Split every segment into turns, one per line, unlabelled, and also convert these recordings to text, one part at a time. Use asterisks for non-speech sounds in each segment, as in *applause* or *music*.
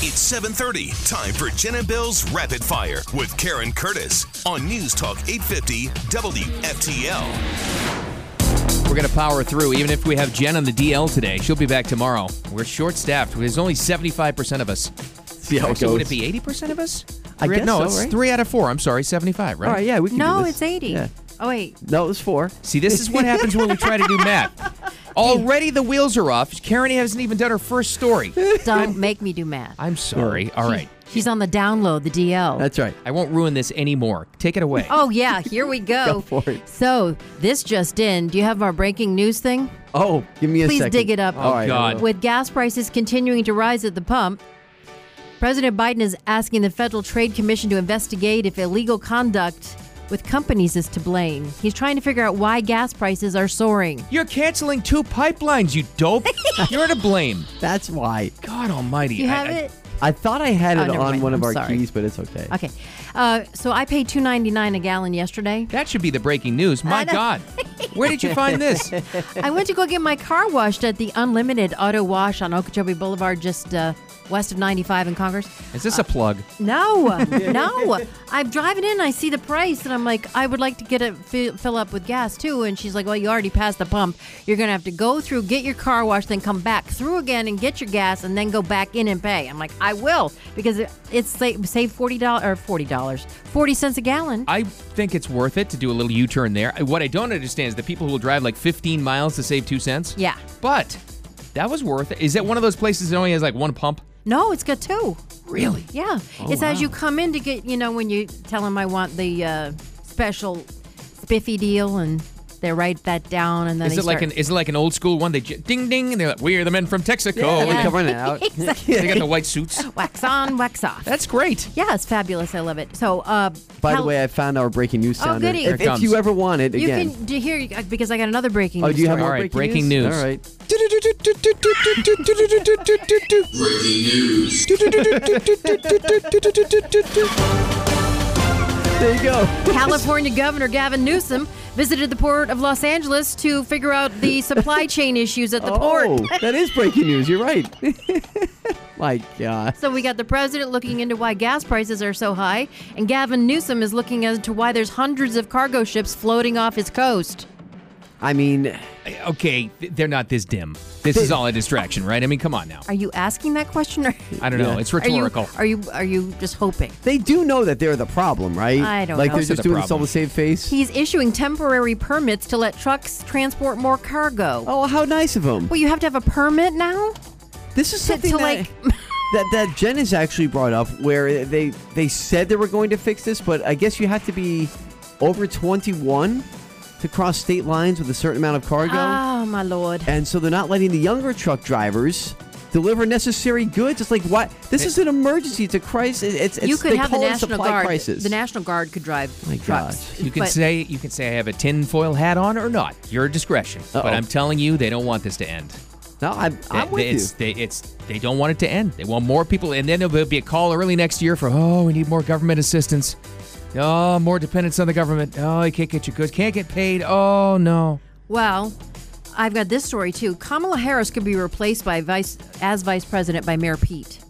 It's 7:30. Time for Jen and Bill's Rapid Fire with Karen Curtis on News Talk 850 WFTL.
We're going to power through, even if we have Jen on the DL today. She'll be back tomorrow. We're short staffed. There's only 75% of us.
See how it
Actually,
goes.
would it be 80% of us?
I
Three-
guess
no,
so,
it's
right?
three out of four. I'm sorry, 75, right?
All right, yeah, we can do
No,
this.
it's 80.
Yeah. *laughs*
Oh, wait.
No, it was four.
See, this is what happens when we try to do math. Already the wheels are off. Karen hasn't even done her first story.
Don't make me do math.
I'm sorry. All right.
She's on the download, the DL.
That's right.
I won't ruin this anymore. Take it away.
oh, yeah.
*laughs*
Here we go.
Go for it.
So, this just in. Do you have our breaking news thing?
Oh, give me a
Please
second.
dig it up.
Oh, God.
With gas prices continuing to rise at the pump, President Biden is asking the Federal Trade Commission to investigate if illegal conduct with companies is to blame. He's trying to figure out why gas prices are soaring.
You're canceling two pipelines, you dope. You're to blame.
That's why.
God almighty.
Do you
I-
have
I-
it?
I thought I had
Oh,
it
never
on
mind.
one of
I'm
our
sorry.
keys, but it's okay.
Okay. Uh, so I paid 2.99 a gallon yesterday.
that should be the breaking news. My
know.
God. Where did you find this?
I went to go get my car washed at the Unlimited Auto Wash on Okeechobee Boulevard, just uh, west of 95 in Congress.
Is this a plug?
No, no. I'm driving in, I see the price, and I'm like, I would like to get it fill, fill up with gas too. And she's like, Well, you already passed the pump. You're gonna have to go through, get your car washed, then come back through again and get your gas, and then go back in and pay. I'm like, I will because it, it's save, save forty dollars or forty dollars, forty cents a gallon.
I think it's worth it to do a little U-turn there. Uh, What I don't understand is the people who will drive like 15 miles to save two cents.
Yeah.
But that was worth it. Is it one of those places that only has like one pump?
no, it's got two.
Really?
Yeah,
Oh,
it's as you come in to get, you know, when you tell them I want the uh, special spiffy deal, and they write that down, and then
Is
they
it like
start-
an is it like an old school one? They j- ding ding, and they're like, "We are the men from Texaco."
Oh,
and
we're
Yeah.
covering
*laughs*
it out. *laughs*
Exactly.
They got the white suits.
wax on, wax off?
That's great.
yeah, it's fabulous. I love it. So, uh,
By
Cal-
the way, I found our breaking news
Oh,
sounder.
goody. Here
If,
it
if
comes.
you ever want it,
you
again.
can do here uh, because I got another breaking.
oh,
news
do you have
story.
more
All right, breaking
breaking
news.
All right. There you
*laughs*
go.
California Governor Gavin Newsom visited the port of Los Angeles to figure out
*laughs*
the supply chain issues at the port.
Oh, that is breaking news. You're right.
*laughs*
My God.
So we got the president looking into why gas prices are so high, and Gavin Newsom is looking as to why there's hundreds of cargo ships floating off his coast.
I mean,
Okay, th- they're not this dim. This is all a distraction, right? I mean, come on now.
Are you asking that question, or
I don't know.
Yeah.
It's
are you
rhetorical.
are you are you just hoping?
they do know that they're the problem, right?
I don't
like
know.
they're
They're
just
the
doing this all
problem.
to save face.
He's issuing temporary permits to let trucks transport more cargo.
oh, how nice of him.
Well, you have to have a permit now.
This is something
to,
that,
like-
*laughs* that that Jen has actually brought up, where they they said they were going to fix this, but I guess you have to be over 21 to cross state lines with a certain amount of cargo,
Oh my lord!
and so they're not letting the younger truck drivers deliver necessary goods. It's like what? This is an emergency. It's a crisis. It's, it's
you could
they
have the
call it
national
supply
guard.
crisis.
The national guard could drive
My
trucks.
gosh.
You can
But-
say you can say I have a tinfoil hat on or not. Your discretion.
Uh-oh.
But I'm telling you, they don't want this to end.
no, I'm, I'm
They-
with
they,
you.
it's, They, it's they don't want it to end. They want more people, and then there'll be a call early next year for oh, we need more government assistance. Oh, more dependence on the government. Oh, you can't get your goods, can't get paid. Oh no.
Well, I've got this story too. Kamala Harris could be replaced by vice as vice president by Mayor Pete.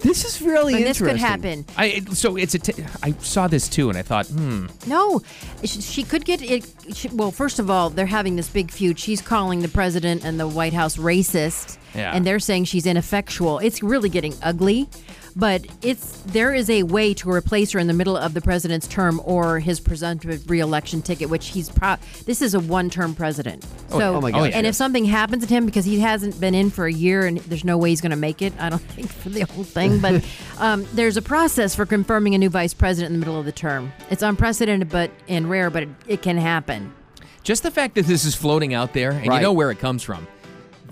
This is really
And this
interesting.
could happen.
I it- so it's a. T- I saw this too, and I thought, hmm,
No, she, she could get it. She, well, first of all, they're having this big feud. She's calling the president and the White House racist,
Yeah.
and they're saying she's ineffectual. It's really getting ugly. But it's there is a way to replace her in the middle of the president's term or his presumptive reelection ticket, which he's pro. This is a one-term president, so
yeah. Oh, my gosh,
and
yes.
if something happens to him because he hasn't been in for a year and there's no way he's going to make it, I don't *laughs* think for the whole thing.
*laughs*
But um, there's a process for confirming a new vice president in the middle of the term. It's unprecedented, but and rare, but it, it can happen.
just the fact that this is floating out there, and you
Right.
know where it comes from.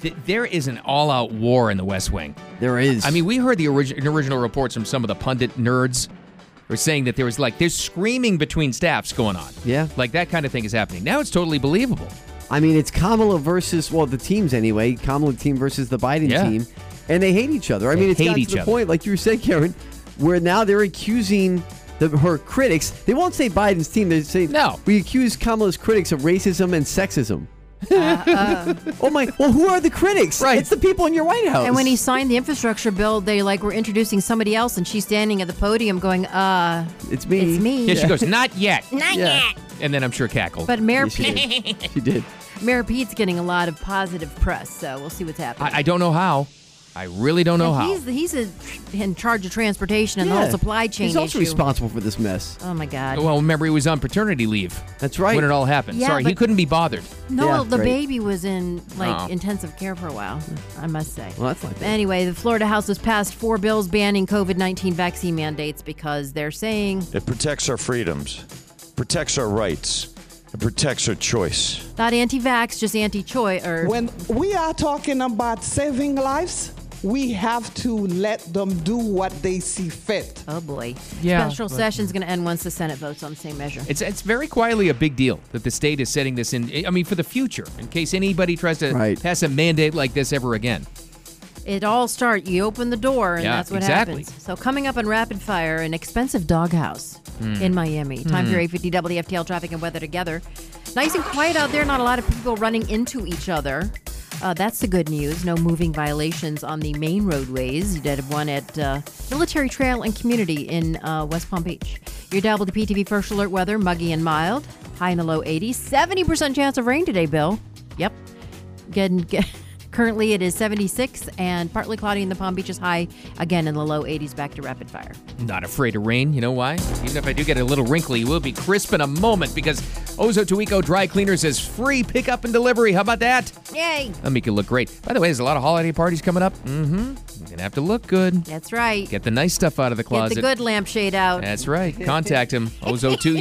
Th- there is an all-out war in the West Wing.
There is.
I mean, we heard the origi- original reports from some of the pundit nerds were saying that there was like there's screaming between staffs going on.
Yeah.
like that kind of thing is happening. Now it's totally believable.
I mean, it's Kamala versus well, the teams anyway. Kamala team versus the Biden
Yeah.
team, and they hate each other. I
They
mean, it's
hate
gotten
each
to the
other.
point, like you said, Karen, where now they're accusing the, her critics. They won't say Biden's team. They say
No.
We accuse Kamala's critics of racism and sexism.
Uh-uh.
*laughs* oh my! Well, who are the critics?
Right.
It's the people in your White House.
And when he signed the infrastructure bill, they like were introducing somebody else, and she's standing at the podium going, "Uh,
it's me.
it's me."
Yeah, she goes, not yet.
*laughs* Not
Yeah.
yet.
And then I'm sure cackled.
But Mayor
Yes, she
Pete, *laughs*
did. She did.
Mayor Pete's getting a lot of positive press, so we'll see what's happening.
I, I don't know how. I really don't know
And
how.
He's he's a, in charge of transportation and the
Yeah.
whole supply chain
He's also
issue.
responsible for this mess.
oh my God!
well, remember he was on paternity leave.
That's right.
When it all happened.
Yeah,
Sorry, he
but-
couldn't be bothered.
yeah,
no, the
right.
baby was in like
Oh.
intensive care for a while. I must say.
Well, that's not good.
Anyway, the Florida House has passed four bills banning COVID nineteen vaccine mandates because they're saying
It protects our freedoms, protects our rights, and protects our choice.
not anti-vax, just anti-choice. Or
When we are talking about saving lives, we have to let them do what they see fit.
oh boy,
Yeah,
special
but-
session's going to end once the Senate votes on the same measure.
It's it's very quietly a big deal that the state is setting this in. I mean, for the future, in case anybody tries to
Right.
pass a mandate like this ever again.
It all starts, you open the door, and
Yeah,
that's what
exactly.
happens. So, coming up on Rapid Fire, an expensive doghouse
Hmm.
in Miami. Time for your 850 WFTL traffic and weather together. Nice and quiet out there, not a lot of people running into each other. Uh, that's the good news. No moving violations on the main roadways. You did one at uh, Military Trail and Community in uh, West Palm Beach. Your WPTV First Alert weather, muggy and mild. High and a low 80. 70% chance of rain today, Bill. Yep. Again, *laughs* g- currently it is 76 and partly cloudy in the Palm Beaches high, again in the low 80s back to rapid fire.
Not afraid of rain. You know why? Even if I do get a little wrinkly, we'll be crisp in a moment because Ozo Tuico Dry Cleaners is free pickup and delivery. How about that?
Yay!
That'll make you look great. By the way, there's a lot of holiday parties coming up. Mm-hmm. You're gonna have to look good.
That's right. Get,
Get the nice stuff out of the closet.
the good lampshade out.
That's right. Contact him.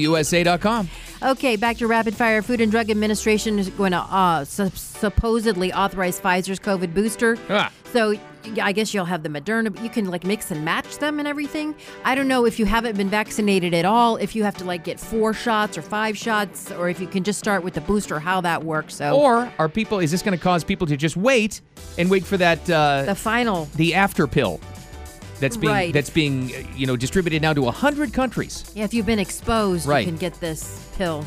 Ozo2USA.com.
Okay, back to rapid fire. Food and Drug Administration is going to uh, su- supposedly authorize Pfizer's COVID booster.
Ah.
So y- I guess you'll have the Moderna. But you can like mix and match them and everything. I don't know if you haven't been vaccinated at all, if you have to like get four shots or five shots, or if you can just start with the booster, how that works. So
Or are people? Is this going to cause people to just wait and wait for that uh,
the final
the after pill that's being
Right.
that's being uh, you know distributed now to 100 countries
Yeah, if you've been exposed,
Right.
you can get this pill.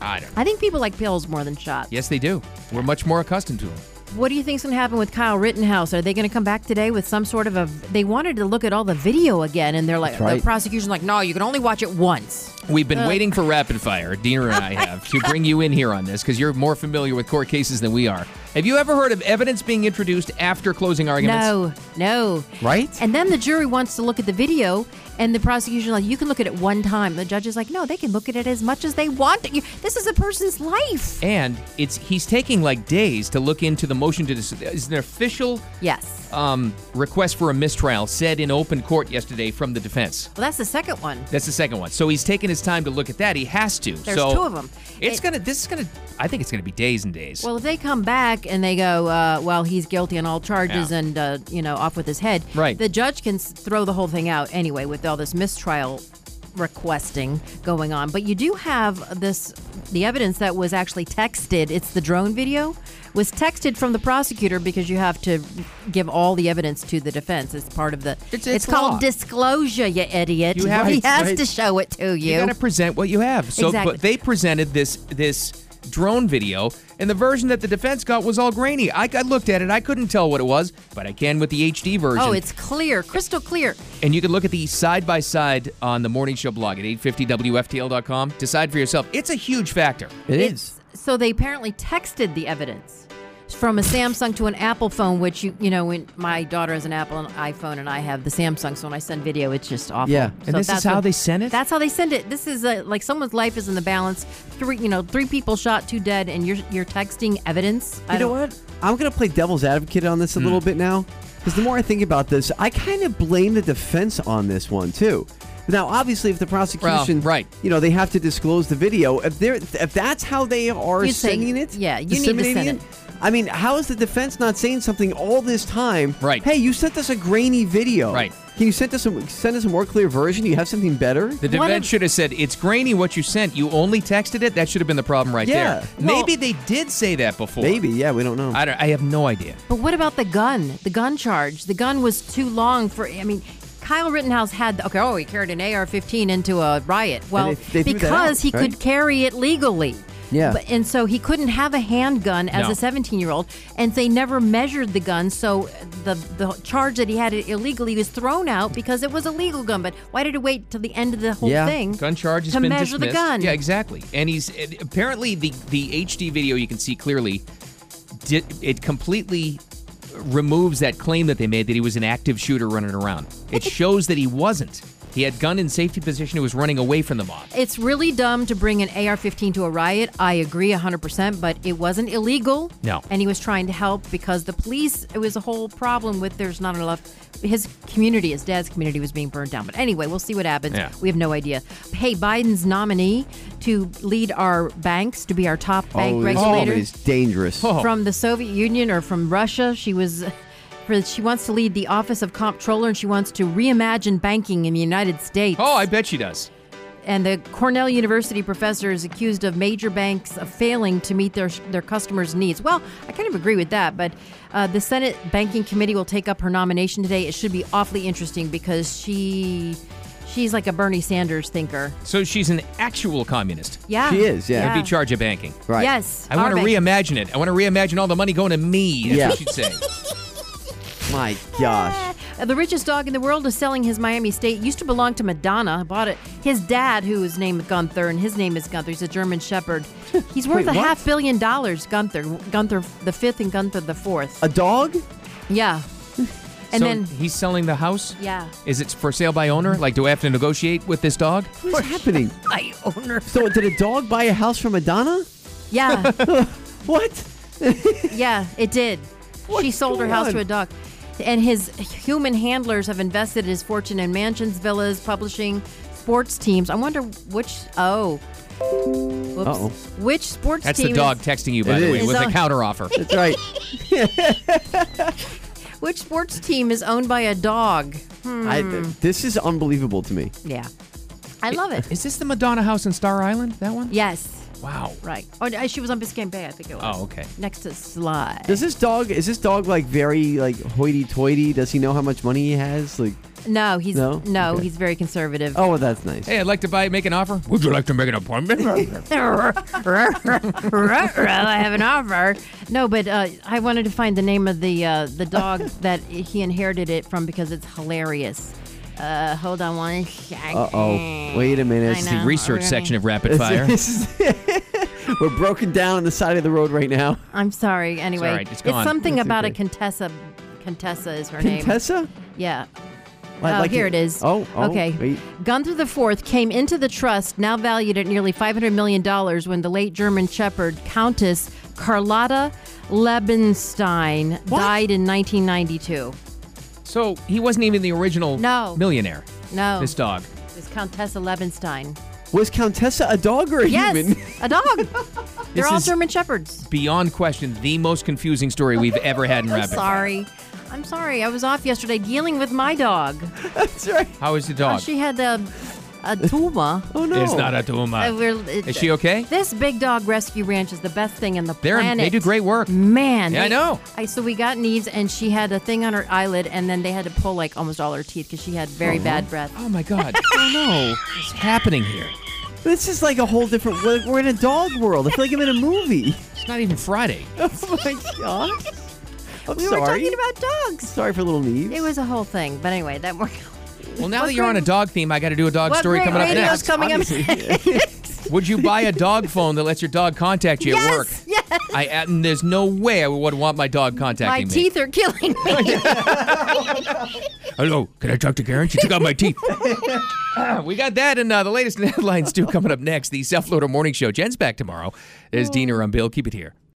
i don't know
I think people like pills more than shots.
yes they do we're much more accustomed to them
What do you think's going to happen with Kyle Rittenhouse? Are they going to come back today with some sort of a? They wanted to look at all the video again, and they're like,
right.
the prosecution's like, no, you can only watch it once.
we've been waiting for rapid fire dina and i have to bring you in here on this because you're more familiar with court cases than we are have you ever heard of evidence being introduced after closing arguments
No, no.
Right?
And then the jury wants to look at the video, and the prosecution's like, you can look at it one time. The judge is like, no, they can look at it as much as they want. You- This is a person's life.
and it's he's taking like days to look into the motion to dis- is an official
Yes.
um, request for a mistrial said in open court yesterday from the defense
Well, that's the second one.
That's the second one. So he's taking his time to look at that. He has to.
There's
so
two of 'em.
It's
It-
gonna. This is gonna. I think it's gonna be days and days.
Well, if they come back and they go, uh, well, he's guilty on all charges
Yeah.
and, uh, you know, off with his head,
Right.
the judge can s- throw the whole thing out anyway with all this mistrial requesting going on. But you do have this the evidence that was actually texted, it's the drone video, was texted from the prosecutor because you have to give all the evidence to the defense. It's part of the.
It's- it's law.
called disclosure, you idiot.
You have-
he
Right,
has
right.
to show it to you.
you gotta present what you have. So,
Exactly.
but they presented this this drone video, and the version that the defense got was all grainy. I, I looked at it. I couldn't tell what it was, but I can with the HD version.
oh, it's clear, crystal clear.
and you can look at the side by side on the morning show blog at 850wftl.com. Decide for yourself. It's a huge factor.
It is.
So they apparently texted the evidence from a Samsung to an Apple phone, which you you know, when my daughter has an Apple and iPhone, and I have the Samsung, so when I send video, it's just awful.
Yeah.
And this is
that's
how they send it?
That's how they send it. This is uh like someone's life is in the balance. Three, you know, three people shot, two dead, and you're you're texting evidence. I
You know
don't- Hmm.
what? I'm going to play devil's advocate on this a little bit now. Because the more I think about this, I kind of blame the defense on this one, too. Now, obviously, if the prosecution,
right.
you know, they have to disclose the video. If they're, if that's how they are
You'd say,
sending it,
yeah, you need to send
disseminating
it.
I mean, how is the defense not saying something all this time?
Right.
Hey, you sent us a grainy video.
Right.
Can you send us a, send us a more clear version? Do you have something better?
The
One
defense
of-
should have said, "It's grainy what you sent. You only texted it. That should have been the problem right
Yeah.
there."
Well-
Maybe they did say that before.
Maybe. Yeah, we don't know.
I don't. I have no idea.
But what about the gun? The gun charge. The gun was too long for. I mean, Kyle Rittenhouse had. Okay, oh, he carried an AR-15 into a riot. Well,
they- they threw that
because
out,
he
right?
could carry it legally.
Yeah.
But, and so he couldn't have a handgun as
No.
a 17 year old, and they never measured the gun. So the the charge that he had it illegally was thrown out because it was a legal gun. But why did it wait till the end of the whole
Yeah.
thing?
Gun charge has
to
been
measure
dismissed.
the gun.
Yeah, exactly. And he's and apparently the the HD video you can see clearly. Did, it completely removes that claim that they made that he was an active shooter running around. It shows that he wasn't. He had gun in safety position. He was running away from the mob.
It's really dumb to bring an AR 15 to a riot. I agree 100%, but it wasn't illegal.
No.
And he was trying to help because the police, it was a whole problem with there's not enough. His community, his dad's community, was being burned down. But anyway, we'll see what happens.
Yeah.
We have no idea. Hey, Biden's nominee to lead our banks, to be our top bank
oh, this
regulator Oh.
woman is dangerous.
from the Soviet Union or from Russia. She was. for- She wants to lead the Office of Comptroller and she wants to reimagine banking in the United States.
Oh, I bet she does.
And the Cornell University professor is accused of major banks of failing to meet their their customers' needs. Well, I kind of agree with that, but uh, the Senate Banking Committee will take up her nomination today. It should be awfully interesting because she she's like a Bernie Sanders thinker.
So she's an actual communist.
Yeah,
She is, yeah.
Would be charge of banking.
Right.
Yes,
I want
our
to
bank.
reimagine it. I want to reimagine all the money going to me. That's
Yeah.
what she'd say.
My gosh.
Uh, The richest dog in the world is selling his Miami State. Used to belong to Madonna. Bought it. His dad, who is named Gunther, and his name is Gunther. He's a
*laughs*
German Shepherd. He's worth
Wait,
a
what?
half billion dollars. Gunther, Gunther the fifth, and Gunther the fourth.
A dog? *laughs*
Yeah. *laughs* And
so
then
he's selling the house.
Yeah.
Is it for sale by owner? Like, do I have to negotiate with this dog?
What's
*laughs*
happening?
my owner.
So, did a dog buy a house from Madonna? *laughs*
Yeah,
What?
yeah, it did. she
What's
sold her
going
house
on?
to a dog. And his human handlers have invested his fortune in mansions, villas, publishing, sports teams. I wonder which oh. Whoops.
Uh-oh.
Which sports
That's
team
the dog
is-
texting you, by
It
the way,
is.
with a
It's on-
counteroffer.
*laughs*
That's right.
which sports team is owned by a dog?
I, this is unbelievable to me.
Yeah. I
*laughs*
love it.
Is this the Madonna house in Star Island? That one?
Yes.
Wow.
Right. Oh, uh, she was on Biscayne Bay, I think it was.
Oh, okay.
Next to Sly.
Does this dog? Is this dog like very like hoity-toity? Does he know how much money he has? Like,
no, he's
No?
no,
Okay.
he's very conservative. *laughs*
oh, well, that's nice.
Hey, I'd like to buy, make an offer. Would you like to make an appointment?
I have an offer. No, but uh, I wanted to find the name of the uh, the dog that he inherited it from because it's hilarious. Uh, hold on one second.
Uh oh. Wait a minute.
I
It's
know.
the-
Research
Okay.
section of Rapid Fire. *laughs*
*laughs* This is- We're broken down on the side of the road right now.
I'm sorry. Anyway,
all right. It's gone.
something
That's
about a
okay.
Contessa. Contessa is her name.
Contessa?
Yeah.
I
oh,
like
here
it.
it is.
Oh, oh,
okay.
wait.
Gunther the Fourth came into the trust, now valued at nearly five hundred million dollars, when the late German Shepherd Countess Carlotta Lebenstein died in 1992.
So he wasn't even the original
No.
millionaire.
No,
This dog.
It's
*laughs*
Countessa Lebenstein.
Was Countessa a dog or a
Yes,
human? *laughs*
a dog. They're all
is-
German shepherds.
Beyond question, the most confusing story we've ever had in
I'm
Rapid Fire.
sorry. I'm sorry. I was off yesterday dealing with my dog.
That's right.
How is the dog?
She had a, a
*laughs*
tumor.
Oh no.
It's not a tumor.
Uh, we're- it-
Is she okay?
This big dog rescue ranch is the best thing in the
They're,
planet.
they do great work.
Man,
Yeah, I
they-
know.
I so we got Neves, and she had a thing on her eyelid, and then they had to pull like almost all her teeth because she had very bad breath.
Oh my *laughs* God. oh no. What's happening here?
This is like a whole different. We're, we're in a dog world. I feel like I'm in a movie.
It's not even
*laughs*
Friday.
Oh my gosh. I'm
we
sorry.
were talking about dogs.
sorry for little Neve.
It was a whole thing, but anyway, that worked. out.
Well, now
What
that you're on a
great-
dog theme, I got to do a dog
what
story
great
coming up
radio's
next.
coming up?
Would you buy a dog phone that lets *laughs* your dog contact you
Yes,
at work? Yes. I and there's no way I would want my dog
My
contacting me.
teeth are killing me.
Hello, can I talk to Karen? She took out my
*laughs*
teeth. Ah, we got that and uh, the *laughs*
Oh.
latest headlines too coming up next. The Self Loader Morning Show. Jen's back tomorrow. There's Dina on Bill. Keep it here.